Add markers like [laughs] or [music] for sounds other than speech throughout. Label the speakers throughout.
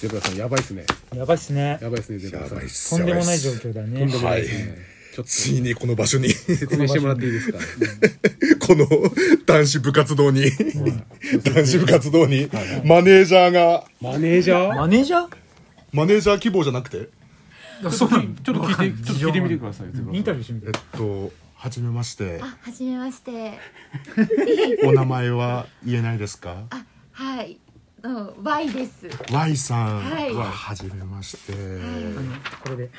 Speaker 1: ゼブラさんやばいっすね
Speaker 2: やばいっすね
Speaker 1: やばいっすねゼブ
Speaker 3: や
Speaker 1: ラさん
Speaker 3: ばいっ
Speaker 1: 説
Speaker 3: す
Speaker 2: とんでもない状
Speaker 3: やば
Speaker 2: 況だね
Speaker 3: ばいっす
Speaker 1: ね
Speaker 3: はいついにこの場所に [laughs]
Speaker 1: 明してもらっていいですか
Speaker 3: この男子部活動に男子部活動にマネージャーが
Speaker 1: [laughs] マネージャー
Speaker 2: マネージャ
Speaker 3: マネージャー希望じゃなくて
Speaker 2: ー
Speaker 1: ちょっと聞いちょっと聞いてちょっと聞いてみてくださいゼブラさん
Speaker 2: インタビューしてみて
Speaker 3: えっと初めまして
Speaker 4: あ、はじめまして。
Speaker 3: お名前は言えないですか
Speaker 4: あ、はい。の Y です。
Speaker 3: Y さん
Speaker 4: はい
Speaker 3: は初めまして
Speaker 2: これで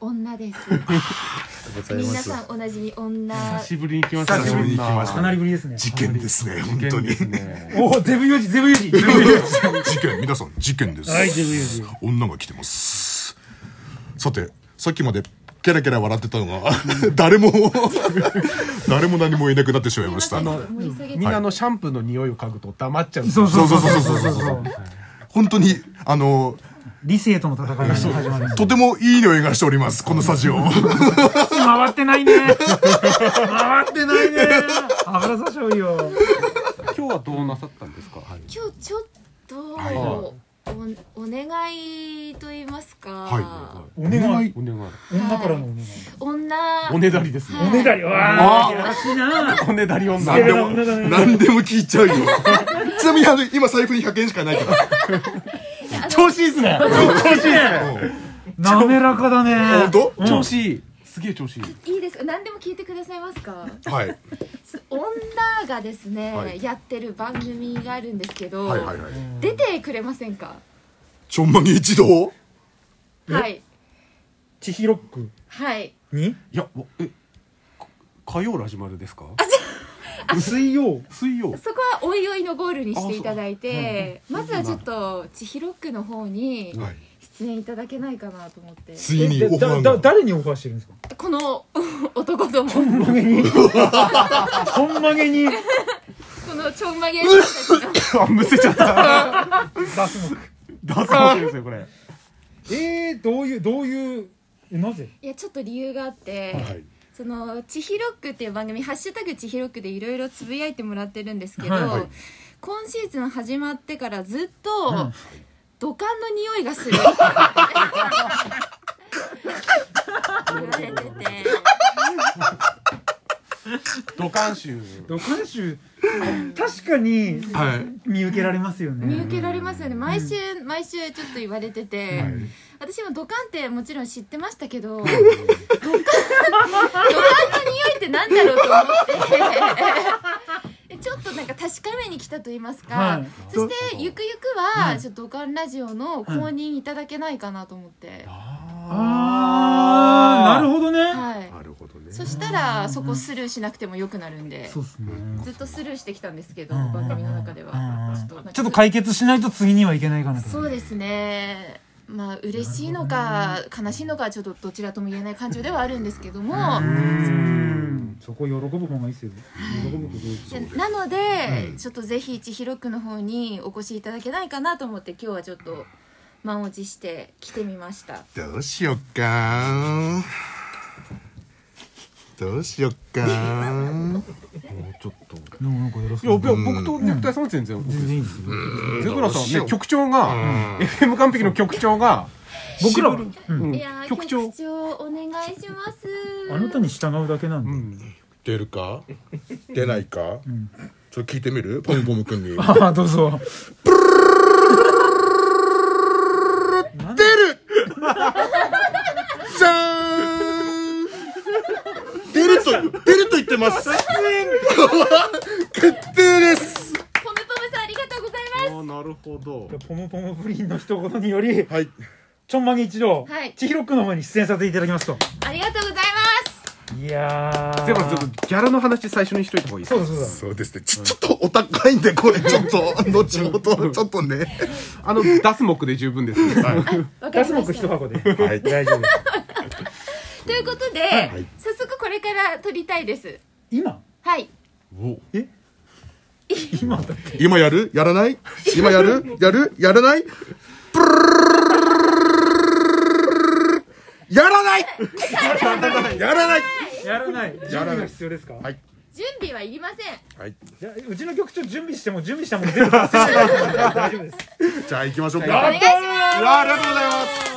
Speaker 4: 女です。
Speaker 3: ございま
Speaker 4: 皆
Speaker 3: す
Speaker 4: さんおなじみ女。
Speaker 1: 久しぶりに来ました
Speaker 3: 久しぶりに来まし
Speaker 2: か
Speaker 3: た
Speaker 2: なりぶりですね
Speaker 3: 事件ですね本当に
Speaker 1: ですね
Speaker 2: おおゼブヨジゼブヨジゼブヨジ
Speaker 3: 事件皆さん事件です、
Speaker 2: はいゼブヨジ
Speaker 3: 女が来てますさてさっきまでキャラキャラ笑ってたのが [laughs] 誰も誰も何もいなくなってしまいました
Speaker 4: あの
Speaker 3: 本
Speaker 4: 盛り下げ
Speaker 5: みんなあのシャンプーの匂いを嗅ぐと黙っちゃう
Speaker 2: そうそうそう
Speaker 3: そうそうそうそうそう当にあの
Speaker 2: 理性との戦いが始まる
Speaker 3: とてもいい匂いがしておりますこのスタジオ
Speaker 2: 回ってないね回ってないね油さしょうよ
Speaker 1: 今日はどうなさったんですか
Speaker 4: 今日ちょっと、
Speaker 3: はい
Speaker 4: おお願いと言いますか。
Speaker 3: はい
Speaker 2: お願い
Speaker 1: お願い
Speaker 2: 女からのお願い
Speaker 4: 女。
Speaker 5: おねだりです
Speaker 4: は
Speaker 5: ね
Speaker 4: い
Speaker 2: おねだりわあやらしいな
Speaker 5: おねだり女
Speaker 3: 何でも
Speaker 2: 女だね
Speaker 3: 何でも聞いちゃうよ [laughs] ちなみにあの今財布に100円しかないから
Speaker 5: 調子いいっすね
Speaker 2: 滑らかだね
Speaker 3: 本当
Speaker 2: うん
Speaker 1: 調子いいすげえ調子いい
Speaker 4: いいですか。何でも聞いてくださいますか。
Speaker 3: はい
Speaker 4: 女がですね、
Speaker 3: はい
Speaker 4: やってる番組があるんですけど、
Speaker 3: はいはいはい
Speaker 4: 出てくれませんか。
Speaker 3: ちょんまげ一同
Speaker 4: はい。
Speaker 2: 千尋っく
Speaker 4: はい。
Speaker 2: に
Speaker 1: いやもうえか火曜ラジマルですか
Speaker 2: 水曜
Speaker 1: 水 [laughs] 曜
Speaker 4: そこはおいおいのゴールにしていただいて、まずはちょっと千尋区の方に
Speaker 3: はい
Speaker 4: 出演いただけないかなと思って、
Speaker 3: ついに
Speaker 2: で
Speaker 3: オファ
Speaker 2: だ
Speaker 3: ー
Speaker 2: だ
Speaker 3: が
Speaker 2: 誰にオファーしてるんですか
Speaker 4: この [laughs] 男ど
Speaker 2: [laughs]
Speaker 4: もこ
Speaker 2: ほんまげに
Speaker 4: のちょんまげの人たちが
Speaker 5: あむせちゃった
Speaker 2: 出すの
Speaker 5: 出すわけですよこれ
Speaker 2: えー、どういうどういうえなぜ
Speaker 4: いやちょっと理由があって、
Speaker 3: はい
Speaker 4: その「千尋区」っていう番組「ハッシュタグ千尋区」でいろいろつぶやいてもらってるんですけど、
Speaker 2: はいはい
Speaker 4: 今シーズン始まってからずっと、
Speaker 2: ん
Speaker 4: 土管の匂いがする言われてて。
Speaker 1: 土管集
Speaker 2: 土管集 [laughs] 確かに
Speaker 3: はい
Speaker 2: 見受けられますよね
Speaker 4: 見受けられますよね毎週、毎週ちょっと言われてて、
Speaker 3: はい
Speaker 4: 私もドカンってもちろん知ってましたけどドカンドカンの匂いってなんだろうと思ってちょっとなんか確かめに来たと言いますか、
Speaker 2: はい
Speaker 4: そしてゆくゆくは、
Speaker 2: うん
Speaker 4: ちょっとドカンラジオの公認いただけないかなと思って、は
Speaker 2: あーなるほどね、
Speaker 4: い
Speaker 3: なるほどね
Speaker 4: そしたらそこスルーしなくてもよくなるんで
Speaker 2: そうっすね
Speaker 4: ずっとスルーしてきたんですけど、
Speaker 2: うん
Speaker 4: 番組の中では、
Speaker 2: うん
Speaker 4: ちょっとなんか
Speaker 2: ちょっと解決しないと次にはいけないかなと
Speaker 4: そうですねまあ嬉しいのか悲しいのかちょっとどちらとも言えない感情ではあるんですけども
Speaker 2: うんそこ喜ぶ方がいいですよ喜ぶ
Speaker 4: でなので、ちょっとぜひ千尋区の方にお越しいただけないかなと思って今日はちょっと満を持して来てみました
Speaker 3: どうしよっかどうしよっか
Speaker 1: ちょっと
Speaker 2: でもなんか偉
Speaker 1: い
Speaker 2: そ
Speaker 1: や
Speaker 2: う
Speaker 1: 僕とネクタイさんは全然 OK
Speaker 2: 全然いいですよ
Speaker 1: ゼブラさ
Speaker 3: どうしよ
Speaker 1: ん
Speaker 3: う
Speaker 1: ね局長が FM 完璧の局長が
Speaker 2: 僕らは
Speaker 1: う
Speaker 4: い
Speaker 1: ん
Speaker 4: やー
Speaker 1: 局長
Speaker 4: 局長お願いします
Speaker 2: あなたに従うだけなんで、
Speaker 3: 出るか出ないか
Speaker 2: ん
Speaker 3: ちょっと聞いてみるポムポムくんに出る
Speaker 2: [laughs] ああどうぞ
Speaker 3: じゃーん出ると出ると言ってます決定です
Speaker 4: ポムポムさんありがとうございま
Speaker 1: なるほど
Speaker 2: ポムポムプリンの一言により
Speaker 3: はい
Speaker 2: ちょんまげ一同、
Speaker 4: はい
Speaker 2: 千尋くんの方に出演させていただきますと
Speaker 4: すありがとうございま
Speaker 2: いやー
Speaker 1: ゼブラさんちょっとギャラの話最初にしといた方がいいです
Speaker 2: そうだそうだ
Speaker 3: そうですねちょちょっとお高いんでこれちょっと後ほどちょっとね
Speaker 1: あの出す目で十分です
Speaker 4: すわか
Speaker 2: ガ
Speaker 4: り
Speaker 2: ス
Speaker 4: ま
Speaker 2: モック
Speaker 4: し
Speaker 2: 一
Speaker 4: た
Speaker 2: 箱で
Speaker 3: はい
Speaker 2: 大丈夫です
Speaker 4: ということで、
Speaker 3: い
Speaker 4: 早速これから撮りたいです
Speaker 2: [laughs] 今
Speaker 4: はい
Speaker 2: え今だって
Speaker 3: 今やるやらない今やるやるやらないプルルルルルルルルルルルルルやらないやらない
Speaker 2: やらない準備が必要ですか、はい
Speaker 4: 準備はいりません
Speaker 1: はい。
Speaker 2: いやうちの局長準備しても準備したもの全部出せない大丈夫です
Speaker 1: じゃあ行きましょう
Speaker 4: お願
Speaker 1: か。
Speaker 4: いします
Speaker 1: うわありがとうございます。